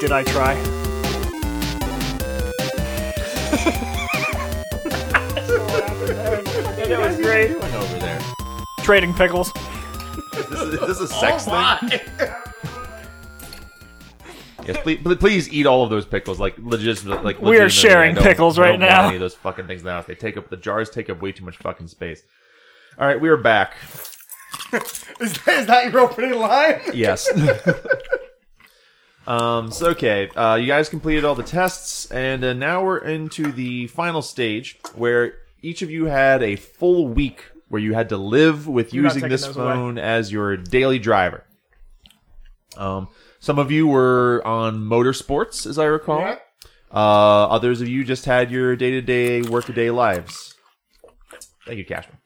Did I try? And it was great. What are you doing over there? Trading pickles. This is, is this a sex thing? Why? Yes, please, pl- please eat all of those pickles. Like legit, like We are legitimately, sharing I don't- pickles I right don't want now. Any of those fucking things in the house. They take up the jars. Take up way too much fucking space. All right, we are back. Is that, is that your opening line? Yes. um. So okay, uh, you guys completed all the tests, and uh, now we're into the final stage where each of you had a full week where you had to live with not using taking this those away. phone as your daily driver. Um. Some of you were on motorsports, as I recall. Yeah. Uh, others of you just had your day to day, work a day lives. Thank you, Cashman.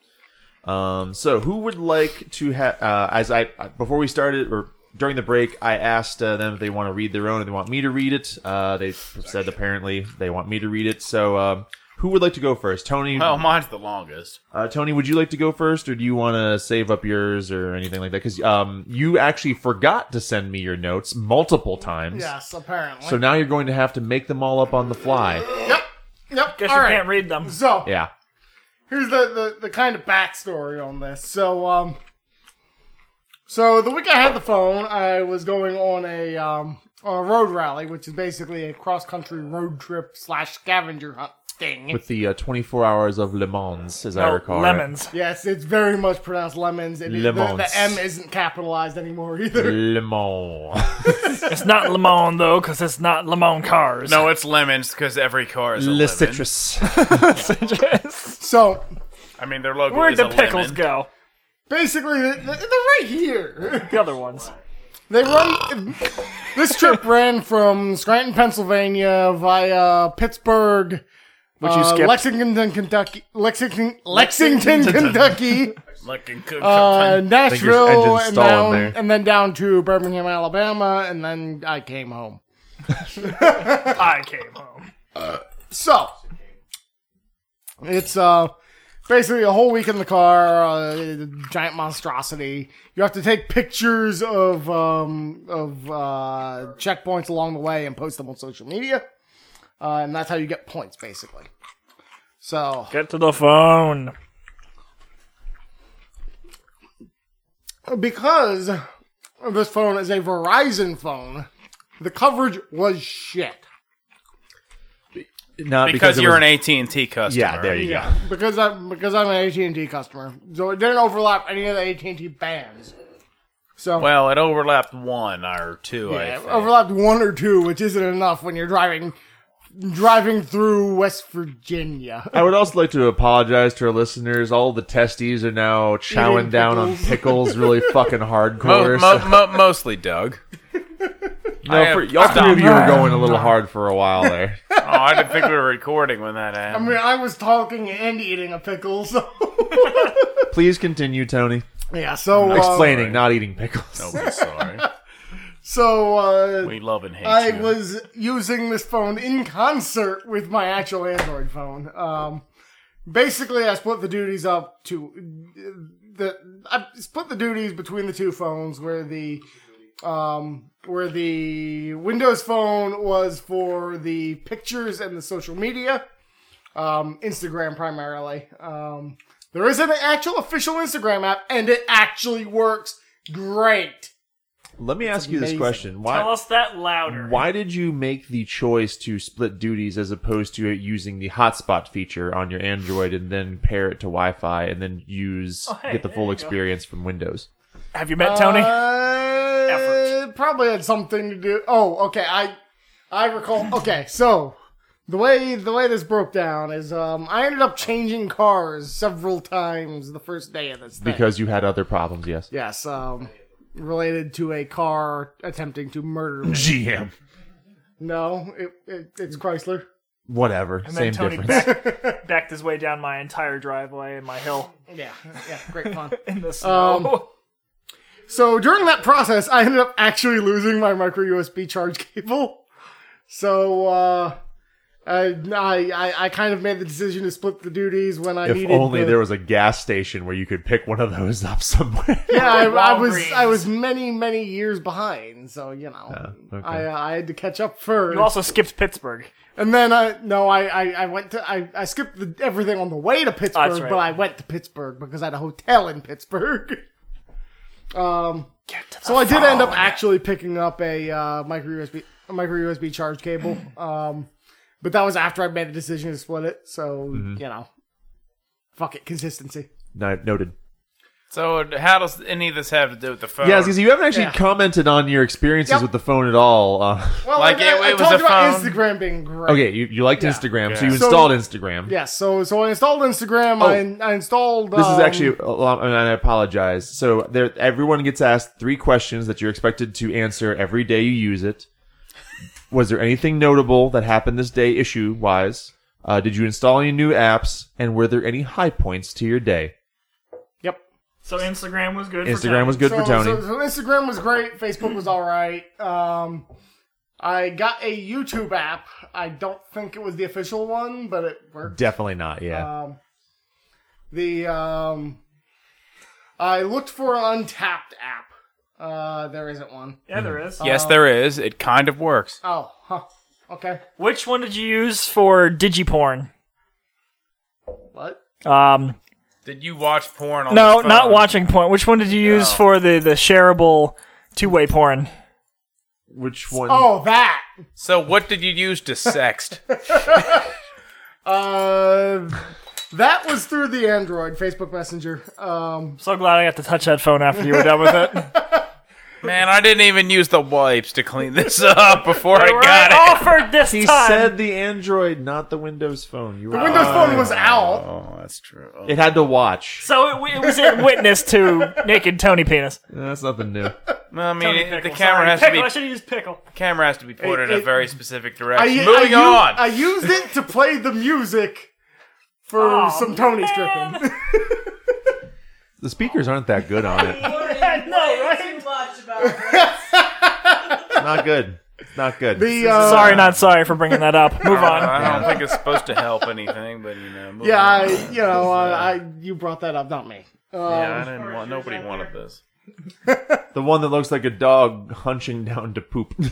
Um, so who would like to have? Uh, as I uh, before we started or during the break, I asked uh, them if they want to read their own, if they want me to read it. Uh, they said apparently they want me to read it. So um, who would like to go first? Tony. Well, mine's the longest. Uh, Tony, would you like to go first, or do you want to save up yours or anything like that? Because um, you actually forgot to send me your notes multiple times. Yes, apparently. So now you're going to have to make them all up on the fly. yep. Yep. Guess all you right. can't read them. So Yeah. here's the, the, the kind of backstory on this. So um, so the week I had the phone, I was going on a um on a road rally, which is basically a cross country road trip slash scavenger hunt thing. With the uh, 24 hours of Le Mans, as I No, recall. Oh, lemons. yes, it's very much pronounced lemons. It is- the, Lemons. the M isn't capitalized anymore either. Le Mans. It's not Lemon though, because it's not Lemon cars. No, it's lemons because every car is a Le lemon. Citrus. Just- So I mean, their logo Where'd is the a pickles lemon. go? basically, th- th- they're right here. The other ones. They run. this trip ran from Scranton, Pennsylvania, via Pittsburgh, Which you uh, skipped. Lexington, Kentucky, Lexington, Lexington, Kentucky, Looking good. uh, engine's Nashville, and stalling down, there. and then down to Birmingham, Alabama, and then I came home. I came home. So it's uh basically a whole week in the car, uh, giant monstrosity. You have to take pictures of um of uh, checkpoints along the way and post them on social media, uh, and that's how you get points basically. So Get to the phone. because this phone is a Verizon phone, the coverage was shit. Not because it you're was- an AT&T customer. Yeah, there you Yeah, because I'm because I'm an AT and T customer, so it didn't overlap any of the AT and T bands. So Well, it overlapped one or two, I Yeah, think. overlapped one or two, which isn't enough when you're driving driving through West Virginia. I would also like to apologize to our listeners. All the testes are now chowing Eating down on pickles really fucking Mo- hardcore. mo- so- mo- mostly Doug. I no, am- for, y'all stop. three of you were going a little hard for a while there. Oh, I didn't think we were recording when that I happened. mean, I was talking and eating a pickle, so Please continue, Tony. yeah. So uh, Explaining, not eating pickles. Oh, we're sorry. So uh, We love and hate I you. was using this phone in concert with my actual Android phone. Um, basically, I split the duties up to the I split the duties between the two phones where the um, where the Windows phone was for the pictures and the social media, um, Instagram primarily. Um, there is an actual official Instagram app, and it actually works great. Let me ask you this amazing. question: Why? Tell us that louder. Why did you make the choice to split duties as opposed to using the hotspot feature on your Android and then pair it to Wi-Fi and then use hey, get the there full you go. experience from Windows? Have you met Tony? Uh, Effort. Probably had something to do. Oh, okay. I I recall. Okay, so the way the way this broke down is, um, I ended up changing cars several times the first day of this thing. Because you had other problems, yes. yes, um, related to a car attempting to murder me. GM, No, it, it it's Chrysler. whatever, and then same Tony difference. Back, backed his way down my entire driveway and my hill Yeah, yeah, great fun. Um, in the snow. So during that process, I ended up actually losing my micro USB charge cable. So uh, I, I I- I kind of made the decision to split the duties when I If needed. only the- there was a gas station where you could pick one of those up somewhere. Yeah, I, I was Walgreens. I was many many years behind, so you know Yeah, okay. I uh, I had to catch up first. You also skipped Pittsburgh. and then I no I I, I went to I, I skipped the, everything on the way to Pittsburgh, right. but I went to Pittsburgh because I had a hotel in Pittsburgh. Um, so I did end up actually picking up a uh, micro USB a micro USB charge cable. Um, but that was after I made the decision to split it. So Mm-hmm. you know, fuck it, consistency. no, noted. So how does any of this have to do with the phone? Yeah, because you haven't actually Yeah. commented on your experiences Yep. with the phone at all. Uh, Well, Like, I, it- I- I it was talked a about phone. Instagram being great. okay, you, you liked Instagram, so you Yeah. So- installed Instagram. Yes, so so I installed Instagram. I, in- I installed. Oh. This is um, actually, a lot- and I apologize. So there, everyone gets asked three questions that you're expected to answer every day you use it. Was there anything notable that happened this day, issue wise? Uh, did you install any new apps? And were there any high points to your day? Yep. So Instagram was good. for Instagram Tony. was good so, for Tony. So, so Instagram was great. Facebook was all right. Um, I got a YouTube app. I don't think it was the official one, but it worked. Definitely not. Yeah. Um, the um, I looked for an Untapped app. Uh, there isn't one. Yeah, there is. Yes, there is. It kind of works. Oh, huh. Okay. Which one did you use for digiporn? What? Um, Did you watch porn on no, the not phone? watching porn. Which one did you use No. for the the shareable two way porn? Which one? Oh, that. So what did you use to sext? Uh, that was through the Android Facebook Messenger. Um, So glad I got to touch that phone after you were done with it. Man, I didn't even use the wipes to clean this up before I We're got it. offered this He time. said the Android, not the Windows phone. You were Windows Phone was out. Oh, that's true. It had to watch. so it, it was in witness to naked Tony penis. That's nothing new. No, I mean, Tony it- the Pickle, camera sorry. has pickle, I to should have used pickle. be camera has to be It- pointed in it- a very specific I, direction. I Moving u- on. I used it to play the music for Aw, some Tony man. stripping. The speakers aren't that good on it. no, right? Too much about it. Not good. Not good. The uh, Sorry, not sorry for bringing that up. Move on. I don't think it's supposed to help anything, but you know. moving yeah, I, on. you know, uh, I, I you brought that up, not me. Um, yeah, I didn't want. Nobody wanted this. uh, The one that looks like a dog hunching down to poop.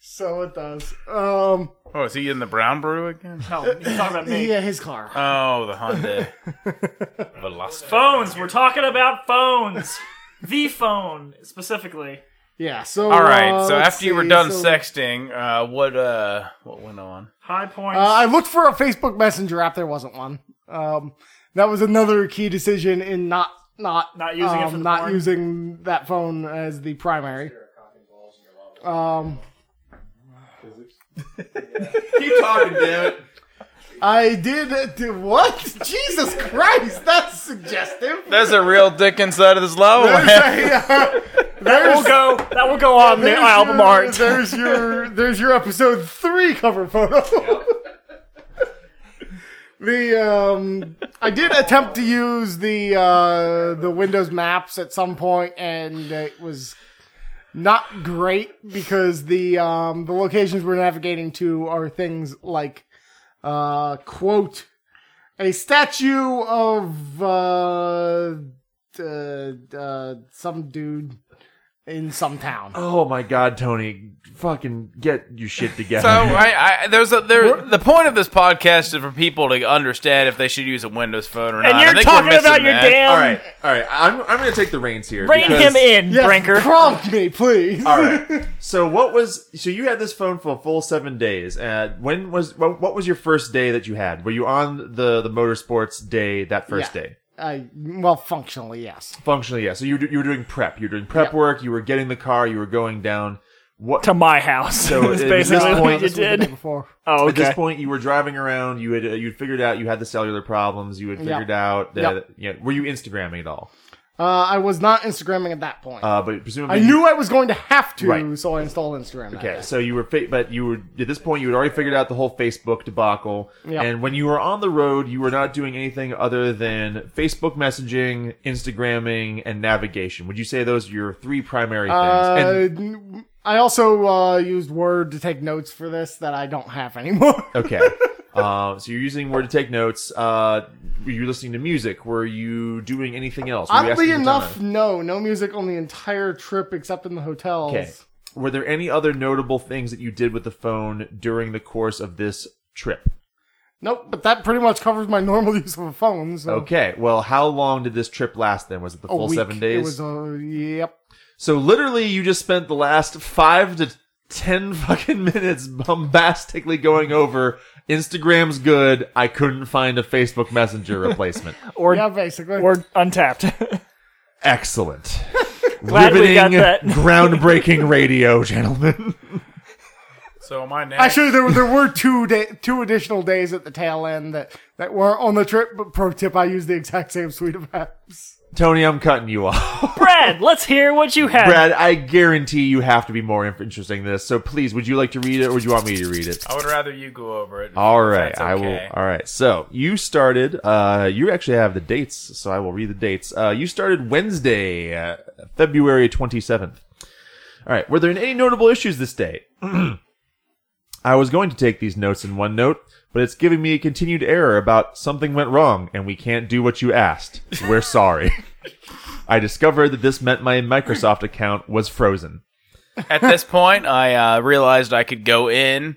So it does. Um, Oh, is he in the brown brew again? No, you're talking about me. yeah, his car. Oh, the Honda Velocity. Phones. We're talking about phones. the phone specifically. Yeah. So All right. uh, so let's after you were see, done so- sexting, uh, what uh, what went on? High points. Uh, I looked for a Facebook Messenger app. There wasn't one. Um, that was another key decision in not not Not using it um, for the not porn? using that phone as the primary. Um, Keep talking, damn it. I did, did what? Jesus Christ, that's suggestive. There's a real dick inside of this lava There's a, uh, that will there's- go. That will go on the there's album your- art. There's your there's your episode three cover photo. the um, I did attempt to use the uh, the Windows Maps at some point, and it was not great because the um, the locations we're navigating to are things like uh, quote a statue of uh, uh, uh, some dude in some town. Oh my god, Tony. Fucking get your shit together. So I, I there's a there the point of this podcast is for people to understand if they should use a Windows phone or not. and I you're think we're talking missing about your that. damn. all right, all right. I'm, I'm going to take the reins here. Rein because- him in, Yes, Brinker. prompt me, please. All right. So what was so you had this phone for a full seven days. Uh, when was what, what was your first day that you had? Were you on the the motorsports day that first Yeah. day? I well, functionally, yes. Functionally, yeah. So you were do- you were doing prep. You were doing prep work. You were getting the car. You were going down. What to my house. So is it was basically this what point- you This was the day did. before. Oh, At this okay. point, you were driving around. You had uh, you'd figured out you had the cellular problems. You had figured out that Yep. you know, were you Instagramming at all? Uh, I was not Instagramming at that point. Uh, but presumably, I knew I was going to have to, Right. so I installed Instagram. that Okay, day. so you were, fa- but you were at this point you had already figured out the whole Facebook debacle. Yep. And when you were on the road, you were not doing anything other than Facebook messaging, Instagramming, and navigation. Would you say those are your three primary things? Uh, and n- I also uh, used Word to take notes for this that I don't have anymore. Okay. um, so you're using Word to take notes. Uh, were you listening to music? Were you doing anything else? Were you Oddly asking for enough, time? no, no music on the entire trip except in the hotels. Okay. Were there any other notable things that you did with the phone during the course of this trip? Nope, but that pretty much covers my normal use of a phone. So Okay. Well, how long did this trip last then? Was it the a full week. seven It days? was uh, yep. So literally, you just spent the last five to ten fucking minutes bombastically going over Instagram's good. I couldn't find a Facebook Messenger replacement. Or Yeah, basically. or untapped. Excellent. Glad we got Riveting, that. groundbreaking radio, gentlemen. So am I next? Actually, there were there were two day, two additional days at the tail end that that weren't on the trip. But pro tip, I used the exact same suite of apps. Tony, I'm cutting you off. Brad, let's hear what you had. Brad, I guarantee you have to be more inf- interesting than this. So please, would you like to read it, or would you want me to read it? I would rather you go over it. All if right, that's I will. okay. All right, so you started. Uh, you actually have the dates, so I will read the dates. Uh, you started Wednesday, uh, February twenty seventh. All right. Were there any notable issues this day? I was going to take these notes in OneNote, but it's giving me a continued error about something went wrong and we can't do what you asked. We're sorry. I discovered that this meant my Microsoft account was frozen. At this point, I uh, realized I could go in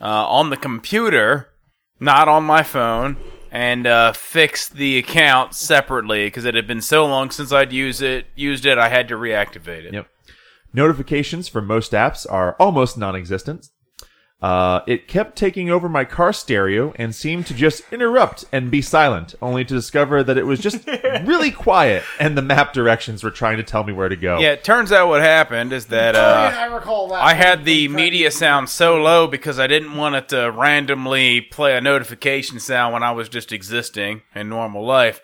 uh, on the computer, not on my phone, and uh, fix the account separately because it had been so long since I'd used it. Used it, I had to reactivate it. Yep. Notifications for most apps are almost non-existent. Uh, it kept taking over my car stereo and seemed to just interrupt and be silent, only to discover that it was just really quiet and the map directions were trying to tell me where to go. Yeah, it turns out what happened is that Oh, uh, yeah, I recall that. I had the media sound so low because I didn't want it to randomly play a notification sound when I was just existing in normal life.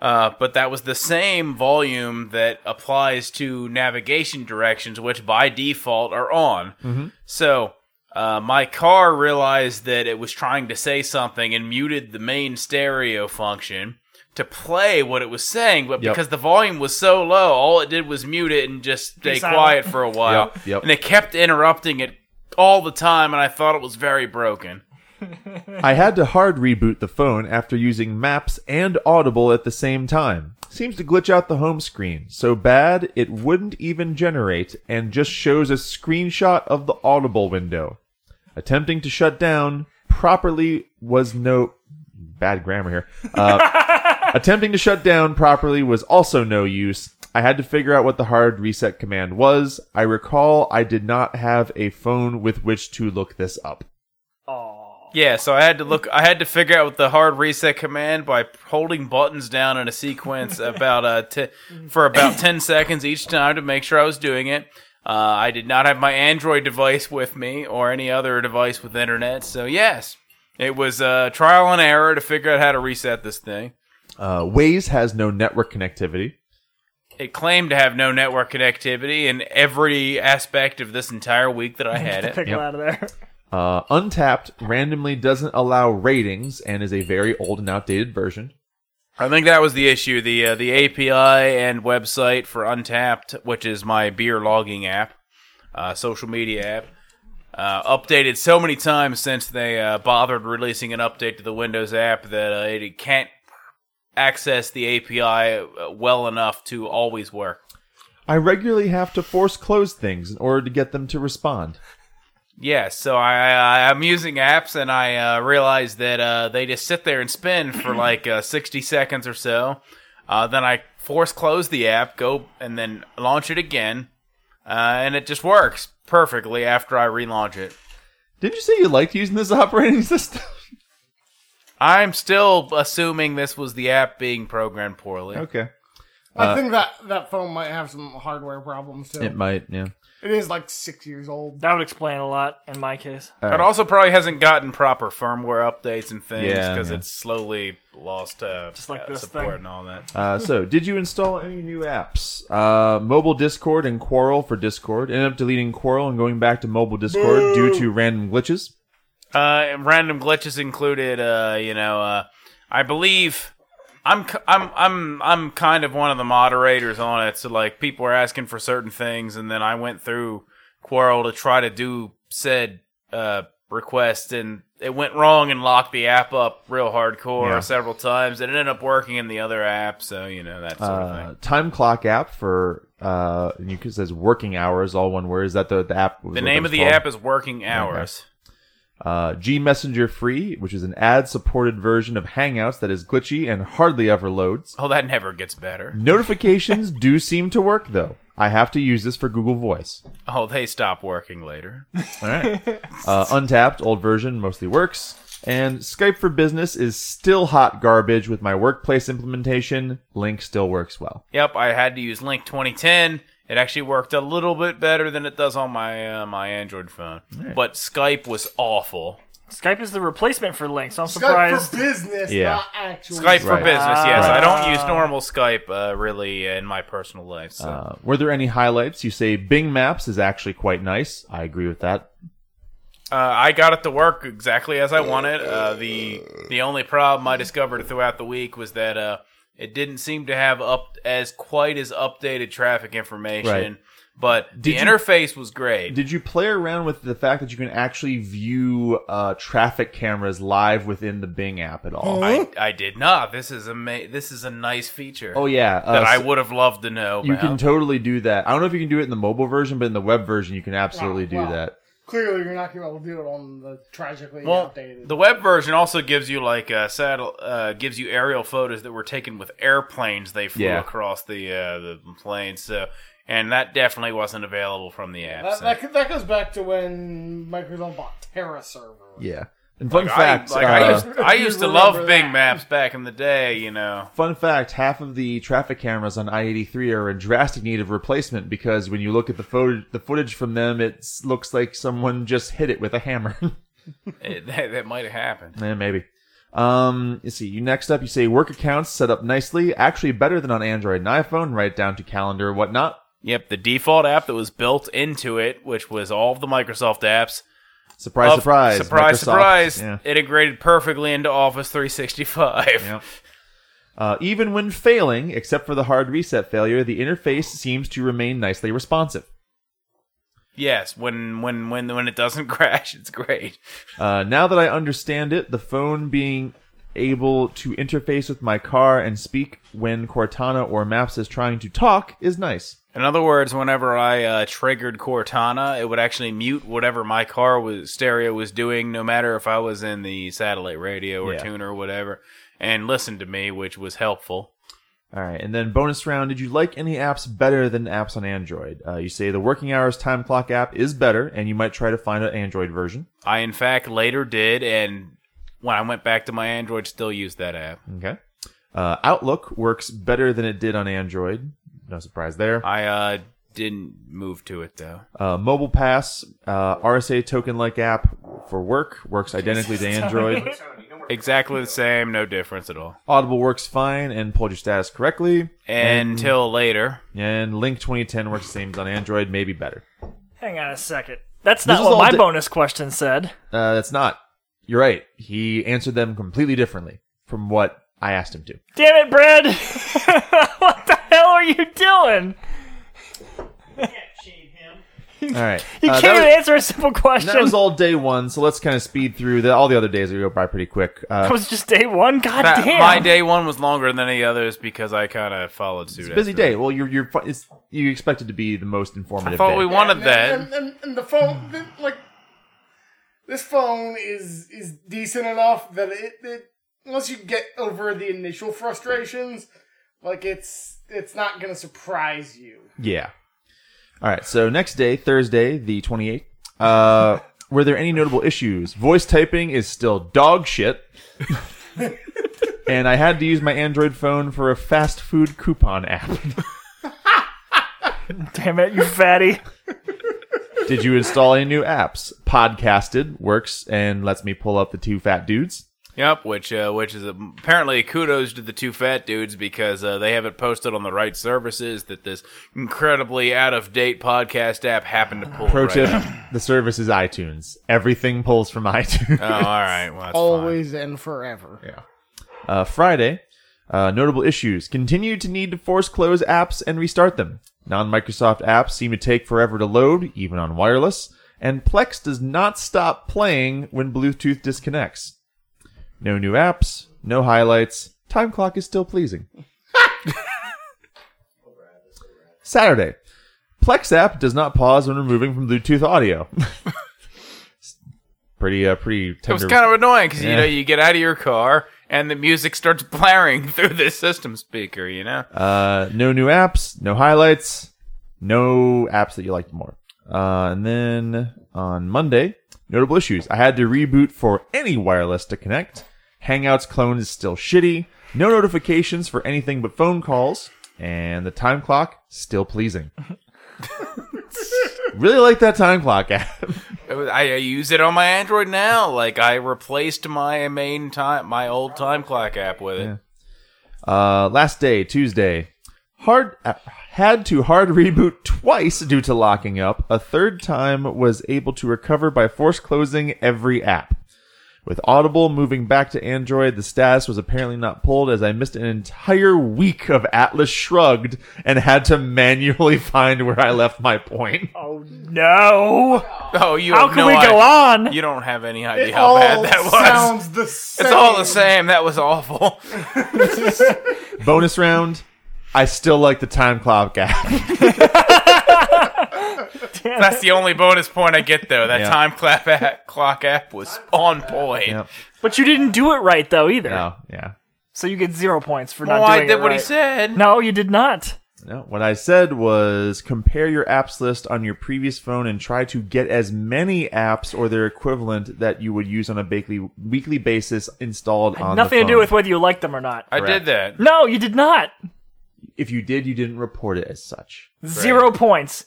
Uh, but that was the same volume that applies to navigation directions, which by default are on. So uh, my car realized that it was trying to say something and muted the main stereo function to play what it was saying, but Yep. because the volume was so low, all it did was mute it and just stay silent. quiet for a while. Yep, yep. And it kept interrupting it all the time, and I thought it was very broken. I had to hard reboot the phone after using Maps and Audible at the same time. Seems to glitch out the home screen so bad it wouldn't even generate and just shows a screenshot of the Audible window. Attempting to shut down properly was no bad grammar here. Uh, attempting to shut down properly was also no use. I had to figure out what the hard reset command was. I recall I did not have a phone with which to look this up. Yeah, so I had to look. I had to figure out the hard reset command by holding buttons down in a sequence about uh t- for about ten seconds each time to make sure I was doing it. Uh, I did not have my Android device with me or any other device with internet. So yes, it was uh, trial and error to figure out how to reset this thing. Uh, Waze has no network connectivity. It claimed to have no network connectivity in every aspect of this entire week that I had it. Pickle out of there. Uh, Untapped randomly doesn't allow ratings and is a very old and outdated version. I think that was the issue the uh, the API and website for Untapped, which is my beer logging app, uh, social media app, uh, updated so many times since they uh, bothered releasing an update to the Windows app that uh, it can't access the API uh, well enough to always work. I regularly have to force close things in order to get them to respond. Yeah, so I, I I'm using apps and I uh, realize that uh, they just sit there and spin for like uh, 60 seconds or so. Uh, then I force close the app, go and then launch it again, uh, and it just works perfectly after I relaunch it. Didn't you say you liked using this operating system? I'm still assuming this was the app being programmed poorly. okay. uh, I think that that phone might have some hardware problems too. It might, yeah. it is like six years old. That would explain a lot in my case. Uh, It also probably hasn't gotten proper firmware updates and things Yeah, because yeah. it's slowly lost uh, Just like uh, this support thing. and all that. Uh, so, did you install any new apps? Uh, mobile Discord and Quarrel for Discord. Ended up deleting Quarrel and going back to mobile Discord due to random glitches. Uh, and random glitches included, uh, you know, uh, I believe I'm k- I'm I'm I'm kind of one of the moderators on it. So like people are asking for certain things, and then I went through Quarrel to try to do said uh, request, and it went wrong and locked the app up real hardcore Yeah. several times, and it ended up working in the other app. So you know that sort of Uh, thing. time clock app for uh, and you can says working hours, all one word. Is that the the app? The name of the app is Working Hours. uh, G Messenger Free, which is an ad supported version of Hangouts that is glitchy and hardly ever loads. Oh, that never gets better. Notifications do seem to work though. I have to use this for Google Voice. Oh, they stop working later. All right. Uh, untapped, old version, mostly works. And Skype for Business is still hot garbage with my workplace implementation. Link still works well. Yep, I had to use Link 2010. It actually worked a little bit better than it does on my uh, my Android phone. But Skype was awful. Skype is the replacement for Link, so I'm Skype surprised. for business, Yeah. not actual Skype for Right. business, yes. Right. I don't use normal Skype uh, really in my personal life. So. Uh, were there any highlights? You say Bing Maps is actually quite nice. I agree with that. Uh, I got it to work exactly as I wanted. Uh, the the only problem I discovered throughout the week was that uh, it didn't seem to have up as quite as updated traffic information. Right. But the you- interface was great. Did you play around with the fact that you can actually view uh, traffic cameras live within the Bing app at all? I, I did not. This is a ma- this is a nice feature. oh yeah, uh, that I so would have loved to know. you about. can totally do that. I don't know if you can do it in the mobile version, but in the web version, you can absolutely do Wow. that. Clearly, you're not going to be able to do it on the tragically well, outdated. the web version also gives you like uh, saddle uh, gives you aerial photos that were taken with airplanes they flew Yeah. across the uh, the plane. So, and that definitely wasn't available from the app. that, so. that, that goes back to when Microsoft bought Terra server. Yeah. And fun Like, fact, I, like, uh, I used, I you used to remember love Bing that. Maps back in the day. You know, Fun fact: Half of the traffic cameras on I-83 are in drastic need of replacement because when you look at the photo, the footage from them, it looks like someone just hit it with a hammer. it, that, that might have happened. Eh, maybe. Um, you see, you next up, you say work accounts set up nicely, actually better than on Android and iPhone, right down to calendar and whatnot. Yep, the default app that was built into it, which was all of the Microsoft apps. Surprise, of- surprise, Oh, surprise, Microsoft. surprise! Yeah. Integrated perfectly into Office 365. Yep. Uh, even when failing, except for the hard reset failure, the interface seems to remain nicely responsive. Yes, when when when when it doesn't crash, it's great. Uh, now that I understand it, the phone being able to interface with my car and speak when Cortana or Maps is trying to talk is nice. In other words, whenever I uh, triggered Cortana, it would actually mute whatever my car was stereo was doing, no matter if I was in the satellite radio or Yeah. tuner or whatever, and listen to me, which was helpful. All right, and then bonus round. Did you like any apps better than apps on Android? Uh, you say the working hours time clock app is better, and you might try to find an Android version. I, in fact, later did, and when I went back to my Android, still used that app. Okay. Uh, Outlook works better than it did on Android. No surprise there. I uh, didn't move to it though. Uh, Mobile Pass, uh, RSA token like app for work works identically to Android. Exactly the same, no difference at all. Audible works fine and pulled your status correctly. Until later. And Link 2010 works the same as on Android, maybe better. Hang on a second. That's This not is what all my di- bonus question said. Uh, that's not. You're right. He answered them completely differently from what I asked him to. Damn it, Brad! what the hell are you doing? Uh, All right. You Uh, can't even that, answer a simple was, question. that was all day one, so let's kind of speed through. The, all the other days will go by pretty quick. That Uh, was just day one. God That- damn. my day one was longer than the others because I kind of followed suit. busy after day. Well, you're you're fu- it's, you expected to be the most that. I informative. thought day. we wanted and, that. And, and, and the phone, the, like, this phone is is decent enough that it, it, unless you get over the initial frustrations, like it's it's not going to surprise you. Yeah. All right. So next day, Thursday, the 28th. Uh, were there any notable issues? Voice typing is still dog shit. and I had to use my Android phone for a fast food coupon app. Damn it, you fatty. Did you install any new apps? Podcasted works and lets me pull up the two fat dudes. Yep, which uh, which is apparently kudos to the two fat dudes because uh, they have it posted on the right services that this incredibly out of date podcast app happened to pull. Pro right tip: up. the service is iTunes. Everything pulls from iTunes. Oh, all right. Well, that's fine. Always and forever. Uh, Friday, uh, notable issues: continue to need to force close apps and restart them. Non-Microsoft apps seem to take forever to load, even on wireless, and Plex does not stop playing when Bluetooth disconnects. No new apps, no highlights. Time clock is still pleasing. Saturday. Plex app does not pause when removing from Bluetooth audio. pretty uh, pretty It was tender. kind of annoying because Yeah. you know you get out of your car and the music starts blaring through the system speaker. You know, Uh, no new apps, no highlights, no apps that you liked more. Uh, and then on Monday, notable issues. I had to reboot for any wireless to connect. Hangouts clone is still shitty. No notifications for anything but phone calls. And the time clock, still pleasing. really like that time clock app. It was- I, I use it on my Android now. Like I replaced my main time, my old time clock app with it. Uh, last day, Tuesday, hard uh, had to hard reboot twice due to locking up. A third time was able to recover by force closing every app. With Audible moving back to Android, the status was apparently not pulled as I missed an entire week of Atlas Shrugged and had to manually find where I left my point. Oh no! Oh, you How have can no we go idea- on? You don't have any idea It how bad all that was. sounds the same. it's all the same. That was awful. Bonus round. I still like the time clock app. That's the only bonus point I get though. That Yeah. time clap app, clock app was on point. Yep. But you didn't do it right though either. No, yeah. So you get zero points for not Oh, I doing did it what he right. said. No, you did not. No, what I said was compare your apps list on your previous phone and try to get as many apps or their equivalent that you would use on a weekly weekly basis installed on the Nothing to do phone. with whether you like them or not. I Correct. did that. No, you did not. If you did, you didn't report it as such. Zero points.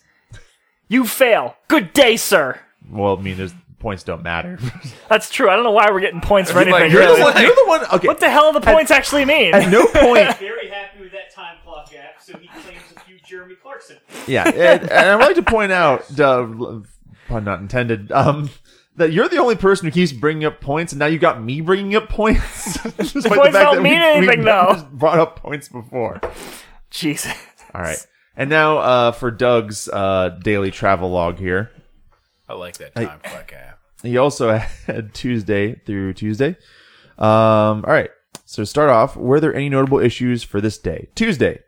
You fail. Good day, sir. Well, I mean, there's points don't matter. That's true. I don't know why we're getting points for It's like, anything. you're the really. one- You're the one. Okay, What the hell do the points actually mean? at no point. very happy with that time clock app, so he claims a few Jeremy Clarkson. Yeah, and, and I'd like to point out, uh, pun not intended, um, that you're the only person who keeps bringing up points, and now you got me bringing up points. Points Points don't mean anything, though. Brought up points before. Jesus. All right. And now uh, for Doug's uh, daily travel log here. I like that time clock app. He also had Tuesday through Tuesday. Um, all right. So start off. Were there any notable issues for this day? Tuesday.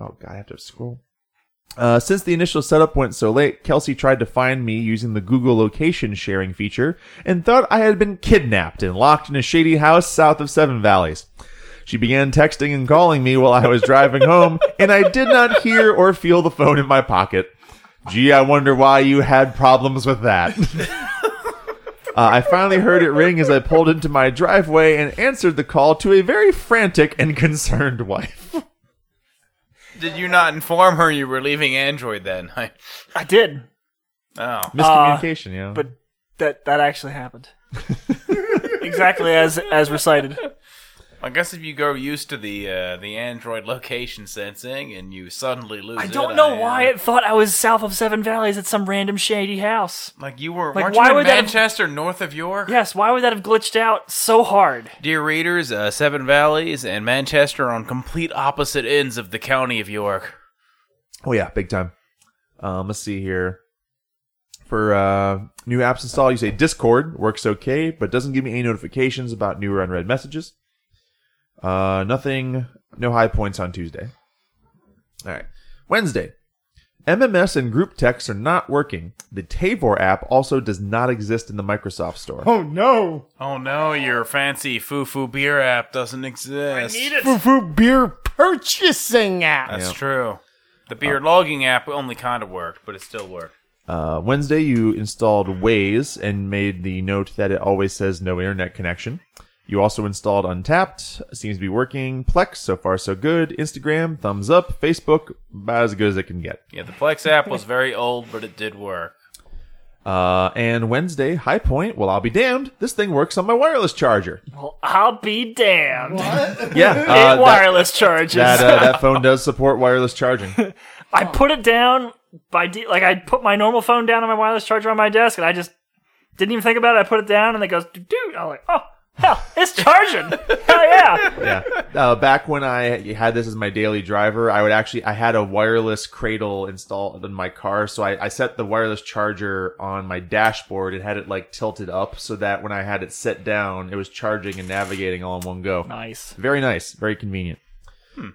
Oh God, I have to scroll. Uh, since the initial setup went so late, Kelsey tried to find me using the Google location sharing feature and thought I had been kidnapped and locked in a shady house south of Seven Valleys. She began texting and calling me while I was driving home, and I did not hear or feel the phone in my pocket. Gee, I wonder why you had problems with that. Uh, I finally heard it ring as I pulled into my driveway and answered the call to a very frantic and concerned wife. Did you not inform her you were leaving Android that night? I did, Oh. Miscommunication, yeah. but that that actually happened. exactly as as recited. I guess if you go used to the uh, the Android location sensing and you suddenly lose, I don't know why it, uh, it thought I was south of Seven Valleys at some random shady house. like you were. Like, weren't why you in would that have- Manchester, north of York? Yes, why would that have glitched out so hard? Dear readers, uh, Seven Valleys and Manchester are on complete opposite ends of the county of York. oh, yeah, big time. Um, let's see here. For uh, new apps installed, you say Discord works okay, but doesn't give me any notifications about new or unread messages. Uh, nothing, no high points on Tuesday. All right. Wednesday. MMS and group texts are not working. The Tavor app also does not exist in the Microsoft Store. Oh no! Oh no, your fancy foo foo beer app doesn't exist. Foo beer purchasing app. That's Yeah. true. The beer logging app only kind of worked, but it still worked. Uh, Wednesday, you installed Waze and made the note that it always says no internet connection. You also installed Untapped, seems to be working. Plex, so far so good. Instagram, thumbs up. Facebook, about as good as it can get. Yeah, the Plex app was very old, but it did work. Uh, and Wednesday, High Point, well, I'll be damned. This thing works on my wireless charger. Well, I'll be damned. Yeah, uh, Eight that, wireless charges. that, uh, that phone does support wireless charging. I put it down by de- like I put my normal phone down on my wireless charger on my desk, and I just didn't even think about it. I put it down, and it goes dude. I'm like, oh, Hell, it's charging. Hell yeah. yeah. Uh, back when I had this as my daily driver, I would actually I had a wireless cradle installed in my car, so I, I set the wireless charger on my dashboard and had it like tilted up so that when I had it set down, it was charging and navigating all in one go. Nice. Very nice, very convenient.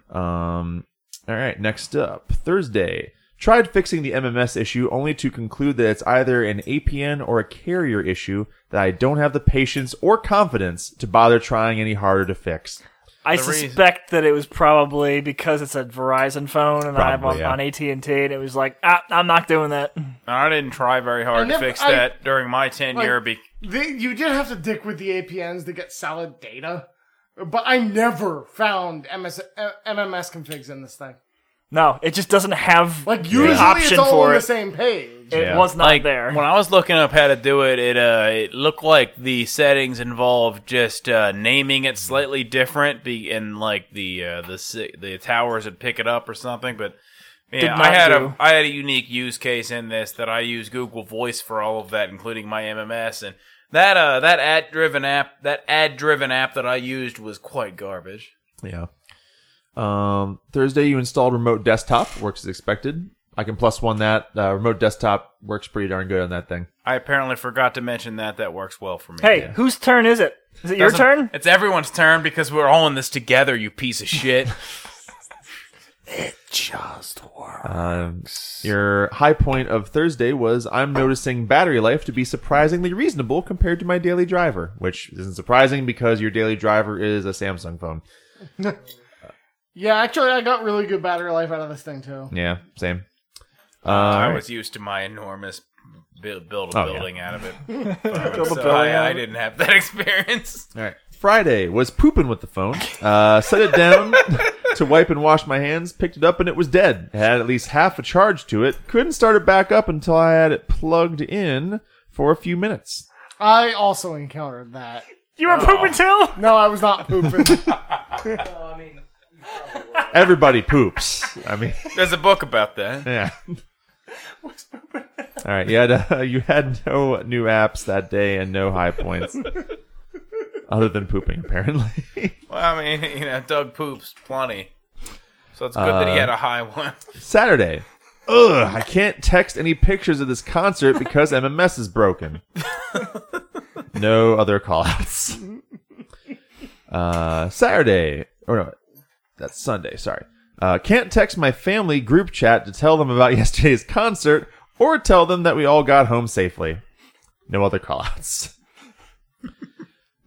Um, all right, next up Thursday. Tried fixing the MMS issue only to conclude that it's either an APN or a carrier issue that I don't have the patience or confidence to bother trying any harder to fix. I The reason- suspect that it was probably because it's a Verizon phone and I'm on, Probably, yeah. on AT&T and it was like, ah, I'm not doing that. I didn't try very hard I to never- fix I- that during my tenure. be- They, you did have to dick with the APNs to get solid data, but I never found MS, uh, MMS configs in this thing. No, it just doesn't have Like the usually, option it's all for on it. the same page. It Yeah. was not like there. when I was looking up how to do it, it uh, it looked like the settings involved just uh, naming it slightly different, be and like the uh, the si- the towers would pick it up or something. But Did yeah, not I had do. a I had a unique use case in this that I use Google Voice for all of that, including my MMS and that uh that ad driven app that ad driven app that I used was quite garbage. Yeah. Um, Thursday, you installed remote desktop. Works as expected. I can plus one that. Uh, remote desktop works pretty darn good on that thing. I apparently forgot to mention that. That works well for me. hey, whose turn is it? Is it your Doesn't- turn? It's everyone's turn because we're all in this together, you piece of shit. Um, your high point of Thursday was I'm noticing battery life to be surprisingly reasonable compared to my daily driver, which isn't surprising because your daily driver is a Samsung phone. Yeah, actually, I got really good battery life out of this thing too. Yeah, same. I Uh, was used to my enormous bu- build a Oh, yeah. building out of it. so building I, out I of it. didn't have that experience. All right. Friday was pooping with the phone. Uh, set it down to wipe and wash my hands. Picked it up and it was dead. It had at least half a charge to it. Couldn't start it back up until I had it plugged in for a few minutes. I also encountered that. You were Oh. pooping too? No, I was not pooping. Well, I mean, Everybody poops. I mean, There's a book about that. yeah. All right. You had uh, you had no new apps that day and no high points, other than pooping apparently. Well, I mean, you know, Doug poops plenty. So it's good that Uh, he had a high one. Saturday. Ugh, I can't text any pictures of this concert because MMS is broken. no other callouts. Uh, Saturday, or no, that's Sunday. Sorry. Uh, can't text my family group chat to tell them about yesterday's concert or tell them that we all got home safely. No other callouts.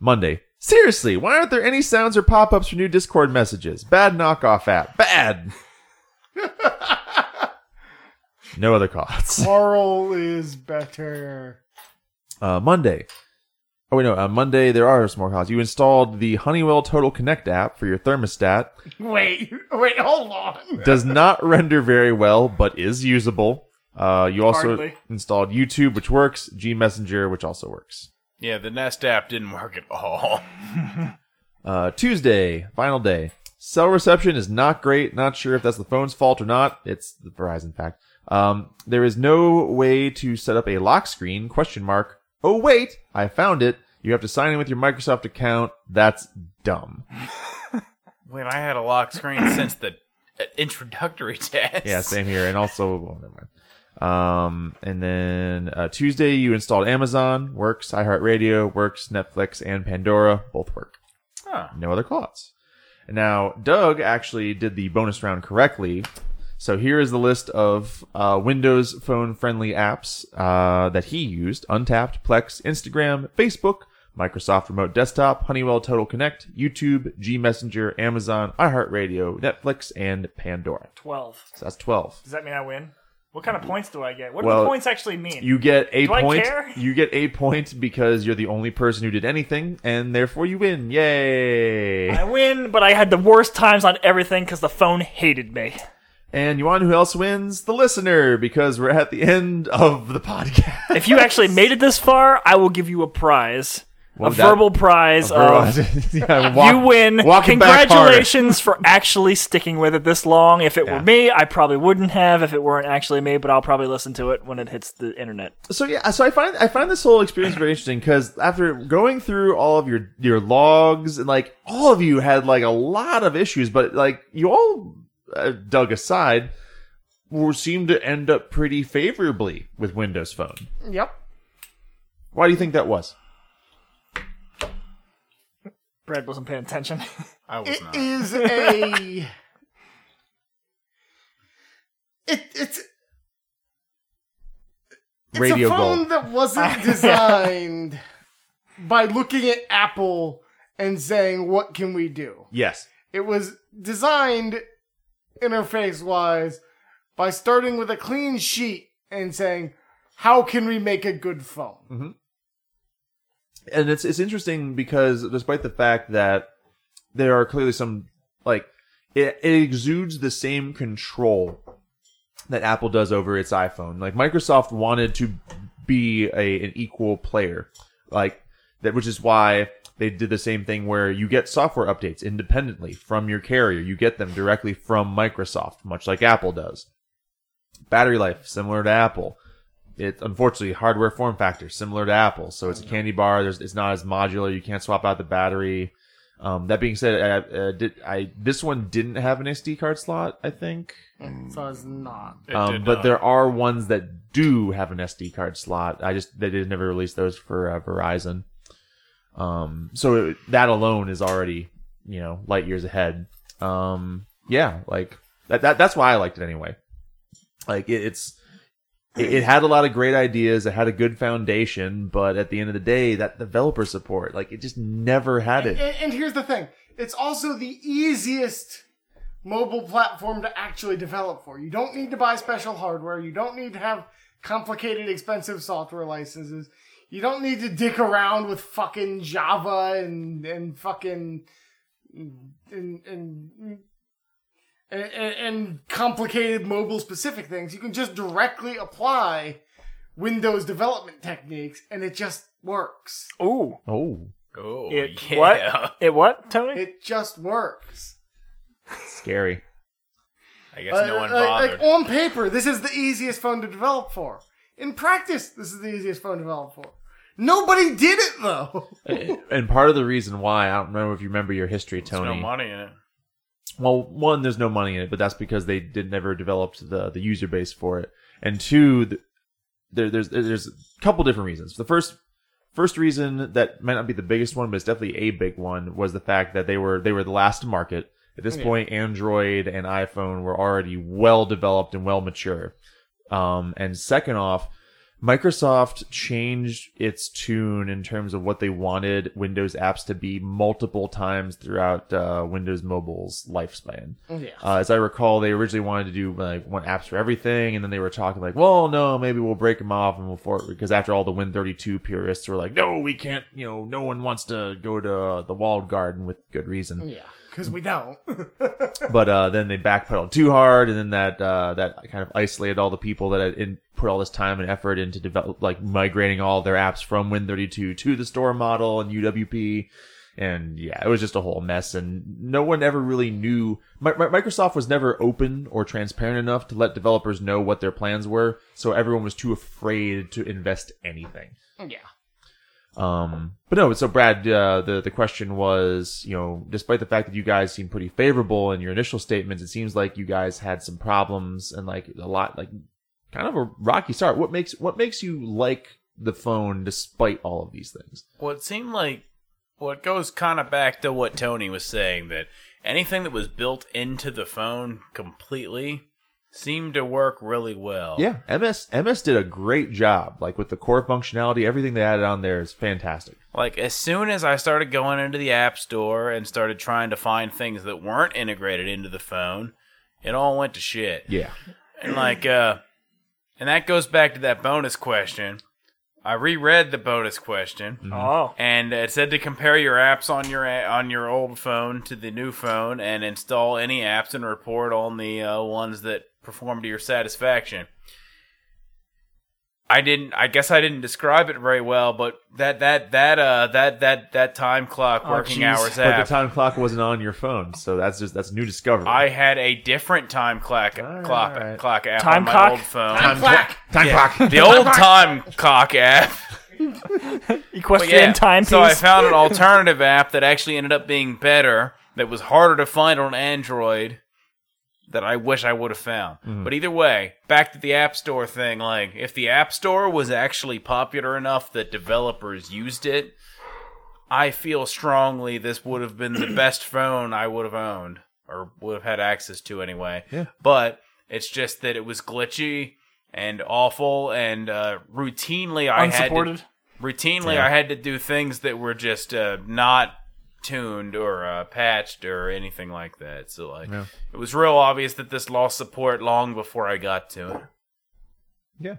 Monday. Seriously, why aren't there any sounds or pop-ups for new Discord messages? Bad knockoff app. Bad. No other callouts. Oral is better. Uh, Monday. Oh wait, no. Uh, Monday there are some more callouts. You installed the Honeywell Total Connect app for your thermostat. Wait, wait, hold on. Does not render very well, but is usable. Uh, you also Hardly. installed YouTube, which works. G Messenger, which also works. Yeah, the Nest app didn't work at all. Uh, Tuesday, final day. Cell reception is not great. Not sure if that's the phone's fault or not. It's the Verizon fact. Um, there is no way to set up a lock screen. Question mark. Oh wait, I found it. You have to sign in with your Microsoft account. That's dumb. Wait, I had a lock screen since the uh, introductory test. Yeah, same here. And also, well, never mind. Um, and then uh, Tuesday you installed Amazon, Works, iHeartRadio, Works, Netflix, and Pandora. Both work. Huh. No other callouts. And Now, Doug actually did the bonus round correctly. So here is the list of uh, Windows phone friendly apps uh, that he used Untapped, Plex, Instagram, Facebook, Microsoft Remote Desktop, Honeywell Total Connect, YouTube, G Messenger, Amazon, iHeartRadio, Netflix, and Pandora. 12. So that's 12. Does that mean I win? What kind of points do I get? What do Well, the points actually mean? You get a Do I point. care? You get a point because you're the only person who did anything, and therefore you win. Yay! I win, but I had the worst times on everything because the phone hated me. And you want who else wins? The listener, because we're at the end of the podcast. If you actually made it this far, I will give you a prize. a verbal prize of yeah, uh, you win. Walking back harder. Congratulations for actually sticking with it this long. If it Yeah. were me, I probably wouldn't have. If it weren't actually me, but I'll probably listen to it when it hits the internet. so yeah, so I find I find this whole experience very interesting because after going through all of your your logs and like all of you had like a lot of issues, but like you all uh, dug aside were seemed to end up pretty favorably with Windows Phone. Yep. Why do you think that was? Brad wasn't paying attention. I was It not. is a. it, it's it's Radio a phone Gold. that wasn't designed by looking at Apple and saying, "What can we do?" Yes. It was designed interface wise by starting with a clean sheet and saying, How can we make a good phone? and it's it's interesting because despite the fact that there are clearly some like it, it exudes the same control that Apple does over its iPhone. Like Microsoft wanted to be a an equal player, like that, which is why they did the same thing where you get software updates independently from your carrier. You get them directly from Microsoft, much like Apple does. Battery life similar to Apple it unfortunately hardware form factor similar to Apple, so it's a candy bar. There's, it's not as modular. You can't swap out the battery. Um, that being said, I, uh, did, I this one didn't have an SD card slot, I think, So it's not. It um, did but not. there are ones that do have an SD card slot. I just they did never release those for uh, Verizon. Um, so it, that alone is already you know light years ahead. Um, yeah, like that, that. That's why I liked it anyway. Like it, it's it, it had a lot of great ideas. It had a good foundation, but at the end of the day, that developer support, like it just never had And, it. and here's the thing it's also the easiest mobile platform to actually develop for. You don't need to buy special hardware, you don't need to have complicated, expensive software licenses. You don't need to dick around with fucking Java and and fucking and and and, and complicated mobile specific things. You can just directly apply Windows development techniques, and it just works. Ooh, Oh, oh, it yeah. what? It what? Tony? It just works. scary. I guess Uh, no one like- bothered. like, on paper, this is the easiest phone to develop for. In practice, this is the easiest phone to develop for. Nobody did it though. and part of the reason why I don't remember if you remember your history, There's Tony. no money in it. well, one, there's no money in it, but that's because they did never developed the the user base for it, and two, th there, there's there's a couple different reasons. The first first reason that might not be the biggest one, but it's definitely a big one, was the fact that they were they were the last to market. At this point, Android and iPhone were already well developed and well mature. Um, and second off, Microsoft changed its tune in terms of what they wanted Windows apps to be multiple times throughout uh, Windows Mobile's lifespan. Yeah. Uh, as I recall, they originally wanted to do like one apps for everything, and then they were talking like, "Well, no, maybe we'll break them off and we'll for because after all, the Win32 purists were like, "No, we can't. You know, no one wants to go to uh, the walled garden with good reason." Yeah, because we don't. but uh, then they backpedaled too hard, and then that uh, that kind of isolated all the people that had in, put all this time and effort into develop like migrating all their apps from Win32 to the store model and UWP, and yeah, it was just a whole mess, and no one ever really knew. Mi- Mi- Microsoft was never open or transparent enough to let developers know what their plans were, so everyone was too afraid to invest anything. yeah. Um, but no, so Brad, uh, the the question was, you know, despite the fact that you guys seem pretty favorable in your initial statements, it seems like you guys had some problems and like a lot, like kind of a rocky start. What makes what makes you like the phone despite all of these things? Well, it seemed like well, it goes kind of back to what Tony was saying that anything that was built into the phone completely seemed to work really well. Yeah, MS MS did a great job, like with the core functionality, everything they added on there is fantastic. Like as soon as I started going into the App Store and started trying to find things that weren't integrated into the phone, it all went to shit. Yeah, And like uh and that goes back to that bonus question. I reread the bonus question. Oh, and it said to compare your apps on your on your old phone to the new phone and install any apps and report on the uh, ones that perform to your satisfaction. I didn't. I guess I didn't describe it very well, but that that that uh that that that time clock working jeez. hours But the app. time clock wasn't on your phone, so that's just that's new discovery. I had a different time clock right, clock all right. clock app Time on my clock? old phone. Time clock. time clock. the old time clock app. But Equestrian yeah, timepiece. so I found an alternative app that actually ended up being better. That was harder to find on Android. That I wish I would have found. But either way, back to the App Store thing. Like, if the App Store was actually popular enough that developers used it, I feel strongly this would have been the best phone I would have owned or would have had access to anyway. Yeah. But it's just that it was glitchy and awful and uh, routinely I had to unsupported. routinely Yeah. i had to do things that were just uh, not tuned or uh, patched or anything like that so like Yeah. it was real obvious that this lost support long before i got to it yeah,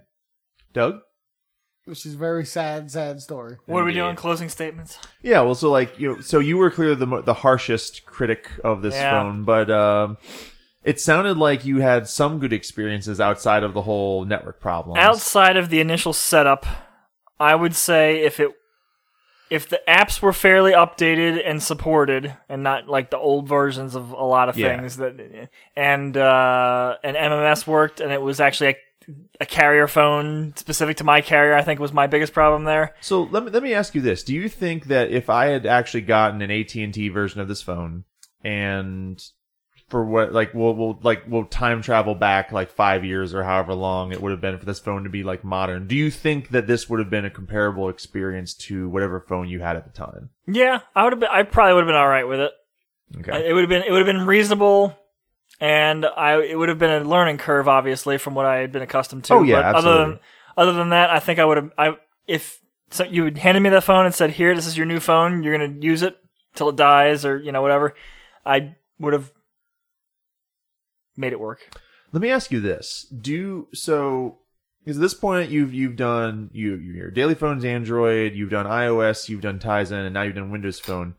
Doug. Which is a very sad, sad story. What are we Indeed. doing? Closing statements. Yeah, well, so like you, know, so you were clearly the mo- the harshest critic of this Yeah. phone, but um, it sounded like you had some good experiences outside of the whole network problem. Outside of the initial setup, I would say if it if the apps were fairly updated and supported and not like the old versions of a lot of Yeah. things that and uh and MMS worked and it was actually a, a carrier phone specific to my carrier, I think was my biggest problem there. So let me let me ask you this: Do you think that if I had actually gotten an AT and T version of this phone, and for what like we'll we'll like we'll time travel back like five years or however long it would have been for this phone to be like modern, do you think that this would have been a comparable experience to whatever phone you had at the time? Yeah, I would have been I probably would have been all right with it. Okay. I- It would have been it would have been reasonable, and I it would have been a learning curve, obviously, from what I had been accustomed to. Oh, yeah, but other than absolutely. other than that, I think I would have I if so you had handed me that phone and said, "Here, this is your new phone. You're gonna use it till it dies, or you know whatever," I would have made it work. Let me ask you this: Do so? Because at this point, you've you've done you your daily phone's Android, you've done iOS, you've done Tizen, and now you've done Windows Phone.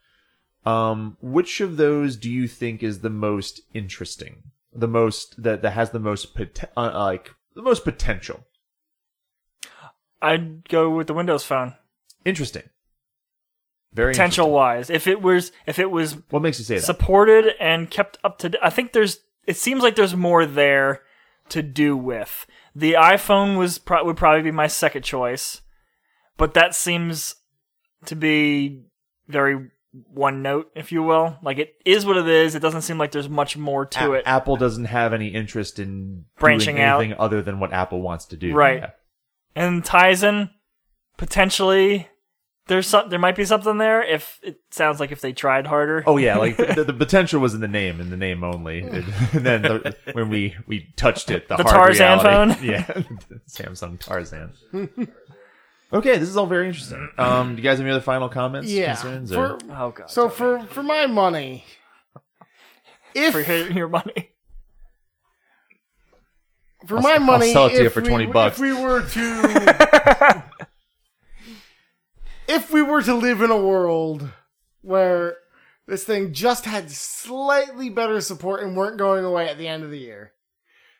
Um, which of those do you think is the most interesting? The most that that has the most pot- uh, like the most potential. I'd go with the Windows Phone, Interesting. Very potential interesting. wise. If it was if it was What makes you say that? supported and kept up to d- I think there's it seems like there's more there to do with. The iPhone was pro- would probably be my second choice, but that seems to be very one note, if you will. Like it is what it is. It doesn't seem like there's much more to A- it. Apple doesn't have any interest in Branching doing out. anything other than what Apple wants to do. Right. Yeah. And Tizen potentially there's some, there might be something there if it sounds like if they tried harder. Oh yeah, like the, the potential was in the name, in the name only. And, then the, when we we touched it, the, The hard Tarzan reality- phone? yeah, Samsung Tarzan. okay, this is all very interesting. Um, do you guys have any other final comments? Yeah. Concerns, For, or- Oh, god. so for for my money, if for your, your money. for my I'll money, sell it to if you for we- 20 bucks. If we were to, if we were to live in a world where this thing just had slightly better support and weren't going away at the end of the year,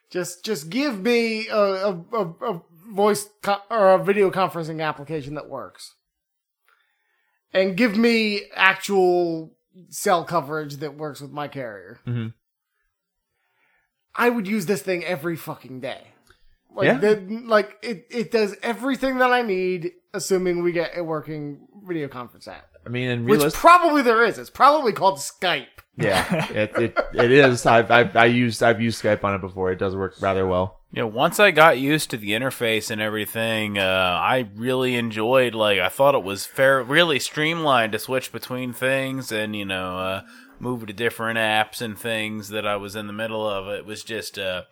just just give me a a, a, a voice co- or a video conferencing application that works, and give me actual cell coverage that works with my carrier. Mhm. I would use this thing every fucking day. Like, Yeah. the- like it, it does everything that I need, assuming we get a working video conference app. I mean, and Which realist, probably there is. It's probably called Skype. yeah, it, it, it is. I've, I've I used I've used Skype on it before. It does work rather well. you know, once i got used to the interface and everything uh, i really enjoyed like i thought it was fair really streamlined to switch between things and you know uh, move to different apps and things that i was in the middle of it was just uh,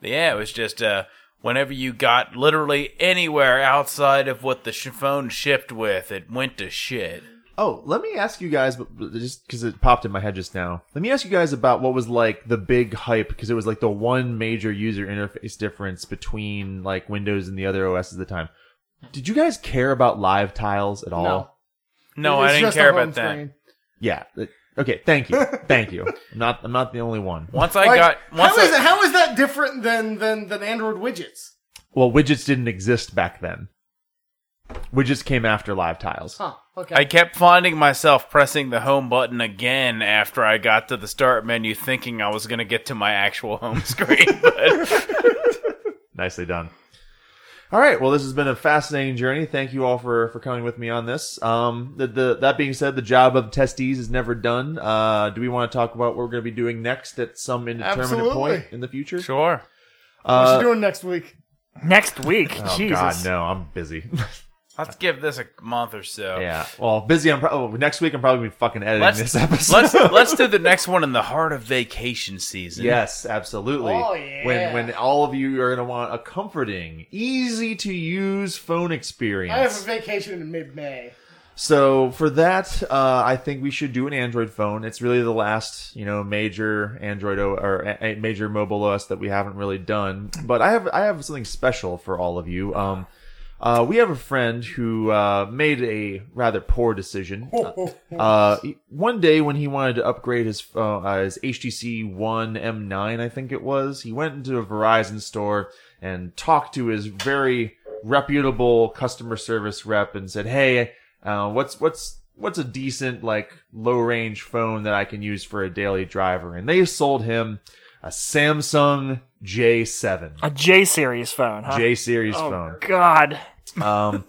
Yeah, it was just uh, whenever you got literally anywhere outside of what the sh- phone shipped with, it went to shit. Oh, let me ask you guys, but- but just because it popped in my head just now. Let me ask you guys about what was like the big hype because it was like the one major user interface difference between like Windows and the other OS at the time. Did you guys care about live tiles at all? No. No, It's I didn't just a care home about that. screen. Yeah. Uh, Okay. Thank you. thank you. I'm not I'm not the only one. Once I Like, got once how I, is it- how is that different than than than Android widgets? well, widgets didn't exist back then. Widgets came after live tiles. Huh. Okay. I kept finding myself pressing the home button again after I got to the start menu, thinking I was going to get to my actual home screen. But Nicely done. All right. Well, this has been a fascinating journey. Thank you all for for coming with me on this. Um, the, the that being said, the job of testees is never done. Uh, do we want to talk about what we're going to be doing next at some indeterminate Absolutely. point in the future? sure. What Uh, you doing next week? Next week, oh Jesus. God, no! I'm busy. Let's give this a month or so. yeah. Well, busy. I'm pro- oh, next week. I'm probably gonna be fucking editing Let's, this episode. let's let's do the next one in the heart of vacation season. Yes, absolutely. Oh, yeah. When when all of you are gonna want a comforting, easy to use phone experience. I have a vacation in mid-May. So for that, uh, I think we should do an Android phone. It's really the last, you know, major Android o- or a, a major mobile OS that we haven't really done. But I have I have something special for all of you. Um, uh, we have a friend who uh, made a rather poor decision. Uh, one day when he wanted to upgrade his uh, uh, his HTC One M9, I think it was, he went into a Verizon store and talked to his very reputable customer service rep and said, "Hey, uh, what's what's what's a decent like low range phone that I can use for a daily driver?" And they sold him a Samsung J7, A J series phone, huh? J series oh phone. God. Um,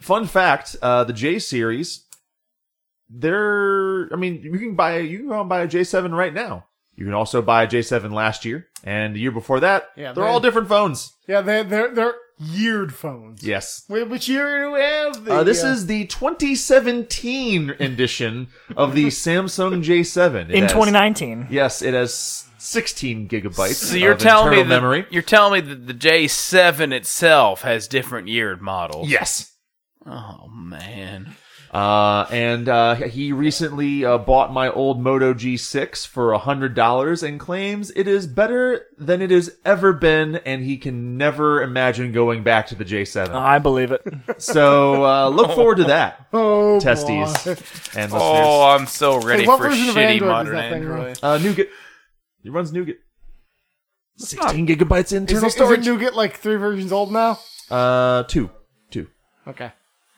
fun fact: uh, the J series, they're. I mean, you can buy you can go and buy a J seven right now. You can also buy a J seven last year and the year before that. Yeah, they're they- all different phones. Yeah, they, they're they're yeared phones. Yes. Wait, which year do we have? The, Uh, this uh, is the 2017 edition of the Samsung J7. It In has- 2019. Yes, it has 16 gigabytes. So you're of telling me that internal memory. you're telling me that the J7 itself has different yeared models. Yes. Oh man. Uh, and uh, he recently uh, bought my old Moto G6 for $100 and claims it is better than it has ever been, and he can never imagine going back to the J7. I believe it. So uh, look forward to that, oh, testes boy. and listeners. Oh, I'm so ready what for version of shitty Android is modern that thing Android. running? Uh, Nougat. He runs Nougat. 16 gigabytes Is internal it, is storage. it Nougat like three versions old now? uh, two. Two. Okay.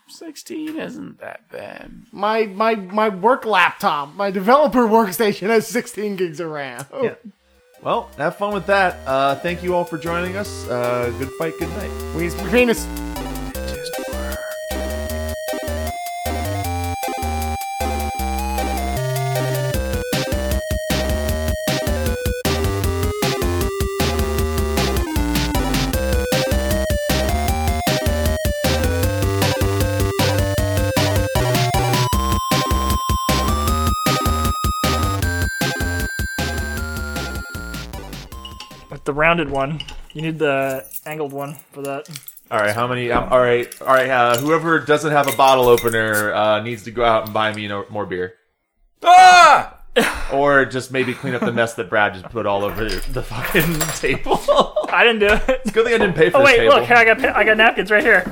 16 isn't that bad. My my my work laptop, my developer workstation has 16 gigs of RAM. Yeah. Well, have fun with that. Uh, thank you all for joining us. Uh, good fight, good night. Where's Oh, my penis? With the rounded one. You need the angled one for that. All right, how many? Um, all right, all right. Uh, whoever doesn't have a bottle opener uh, needs to go out and buy me no, more beer, Ah! or just maybe clean up the mess that Brad just put all over the fucking table. I didn't do it. Good thing I didn't pay for Oh this wait, table. look, here I got pa- I got napkins right here.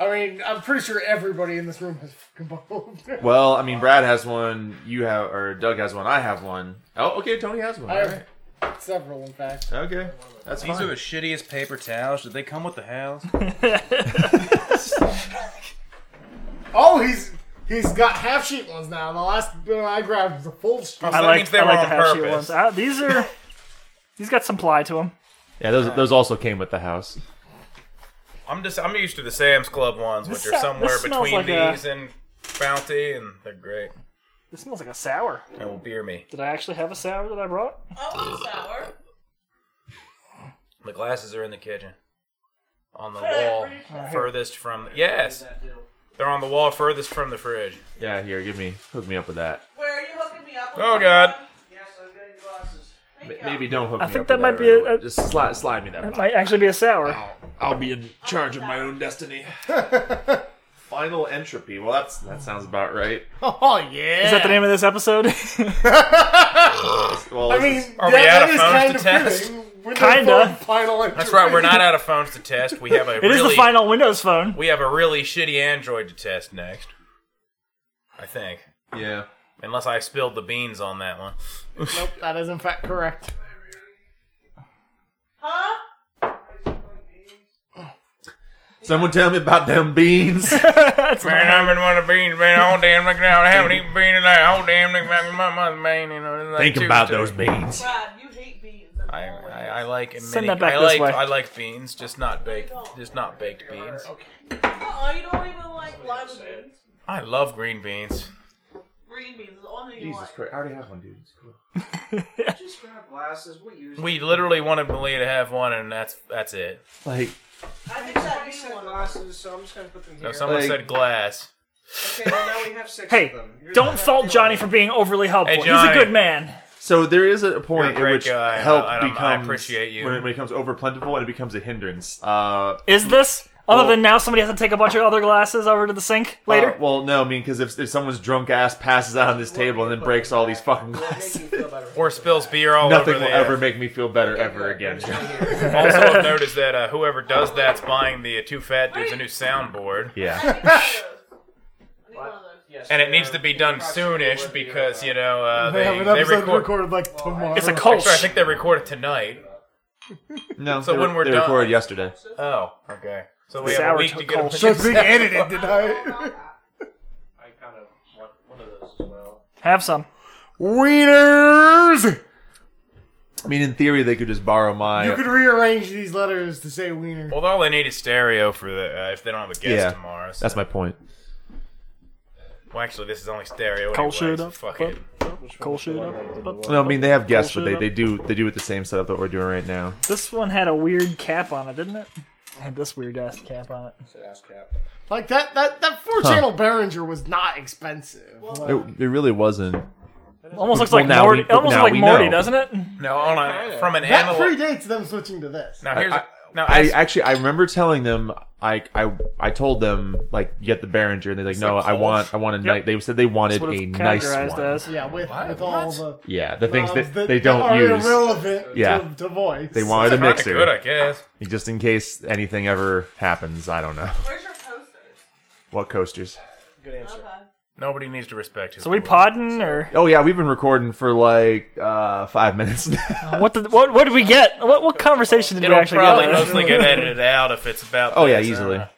I mean, I'm pretty sure everybody in this room has fucking both. well, I mean, Brad has one. You have, or Doug has one. I have one. Oh, okay. Tony has one. I All right. have several, in fact. Okay, that's These are fine. the shittiest paper towels. Did they come with the house? Oh, he's he's got half sheet ones now. The last one I grabbed was a full sheet. I that like means they I were like on the half sheet ones. purpose. Uh, these are these got some ply to them. Yeah, those those also came with the house. I'm just I'm used to the Sam's Club ones, This which are sa- somewhere this smells between like a- these and Bounty, and they're great. This smells like a sour. They will beer me. Did I actually have a sour that I brought? Oh, sour. The glasses are in the kitchen, on the wall, furthest from. Yes, they're on the wall furthest from the fridge. Yeah, here, give me hook me up with that. Where are you hooking me up? with Oh, that God. one? Yes, I'm getting glasses. M- Maybe don't hook I me think up that with might be right a- away. just slide slide me that. It box. might actually be a sour. I'll be in charge of my own destiny. Final entropy. Well, that's that sounds about right. Oh yeah. Is that the name of this episode? Well, I this mean, is- Are that, we out of that is phones kind to of test? fitting. We're the Kinda. fucking Final That's right. We're not out of phones to test. We have a It is really the final Windows phone. we have a really shitty Android to test next. I think, yeah. unless I spilled the beans on that one. Nope, that is in fact correct. Huh? Someone tell me about them beans. Man, I've been wanting beans, man, all damn neck now. I haven't eaten beans tonight. All damn neck back my mother, man. You know, like Think two- about two- those beans. Rob, you hate beans. I, I, I like mini, Send that back I this like way. I like beans, just not baked, just not baked beans. Uh-uh, you don't even like lima beans. I love green beans. Green beans is the only thing you Jesus like. Christ, I already have one, dude. It's cool. Just grab glasses. What use? We literally wanted Malia to have one, and that's that's it. Like, I think I that said new one. glasses, so I'm just gonna put them So here. someone Like- said glass. okay, well now we have six Hey, of them. You're don't the- fault Johnny for being overly helpful. He's a Johnny. good man. so there is a point You're a in great which guy. help I- I- I becomes appreciate you. when it becomes over plentiful and it becomes a hindrance. Uh, Is this other Well- than now somebody has to take a bunch of other glasses over to the sink later? uh, well, no, I mean, because if, if someone's drunk ass passes out on this table and then breaks all these fucking glasses, Make me feel better. Or spills beer all nothing over will the ever make me feel better ever again. Also, I've noticed that uh, whoever does that's buying the Two Fat Dudes a new soundboard. yeah. I need one of those. I need one of those. Yes, And it uh, needs to be done soonish because, you know, uh, They have they, an they episode record. recorded like tomorrow. it's a cult. Actually, I think they record it tonight. No, So they, when we're they done- recorded yesterday. Oh, okay. So we This have a hour week took to get cold. it So it's being edited tonight. I kind of want one of those as well. Have some. Wieners! I mean, in theory, they could just borrow my. You could rearrange these letters to say wiener. Well, all they need is stereo for the uh, if they don't have a guest Yeah. tomorrow. So. That's my point. Well, actually, this is only stereo. Cold Anyway, shit so up. fuck Fuck. it. Cool shit up. up. No, I mean they have guests, but they, Bullshit. they do they do it the same setup that we're doing right now. This one had a weird cap on it, didn't it? It had this weird ass cap on it. Like that that that four channel Behringer was not expensive. It, it really wasn't. Almost looks Well, like now Morty. we- it almost now looks like we Morty, know. doesn't it? No, on a, from an That analog. predates them switching to this. Now here's I- now I as- actually I remember telling them I I I told them like get the Behringer and they're like no like I Kolsch. want I want a nice they said they wanted That's what a it's nice categorized one as. Yeah, with, What? with all the What? yeah the things knobs that, they don't are use irrelevant Yeah. to, to voice. they wanted a kinda good, I mixer guess. just in case anything ever happens I don't know Where's your posters? what coasters Good answer. Okay. Nobody needs to respect his So we rules. podding or oh yeah we've been recording for like uh five minutes now what? Did, what? What did we get? What? What conversation did It'll we actually probably get? mostly get edited out if it's about. oh yeah this, uh, easily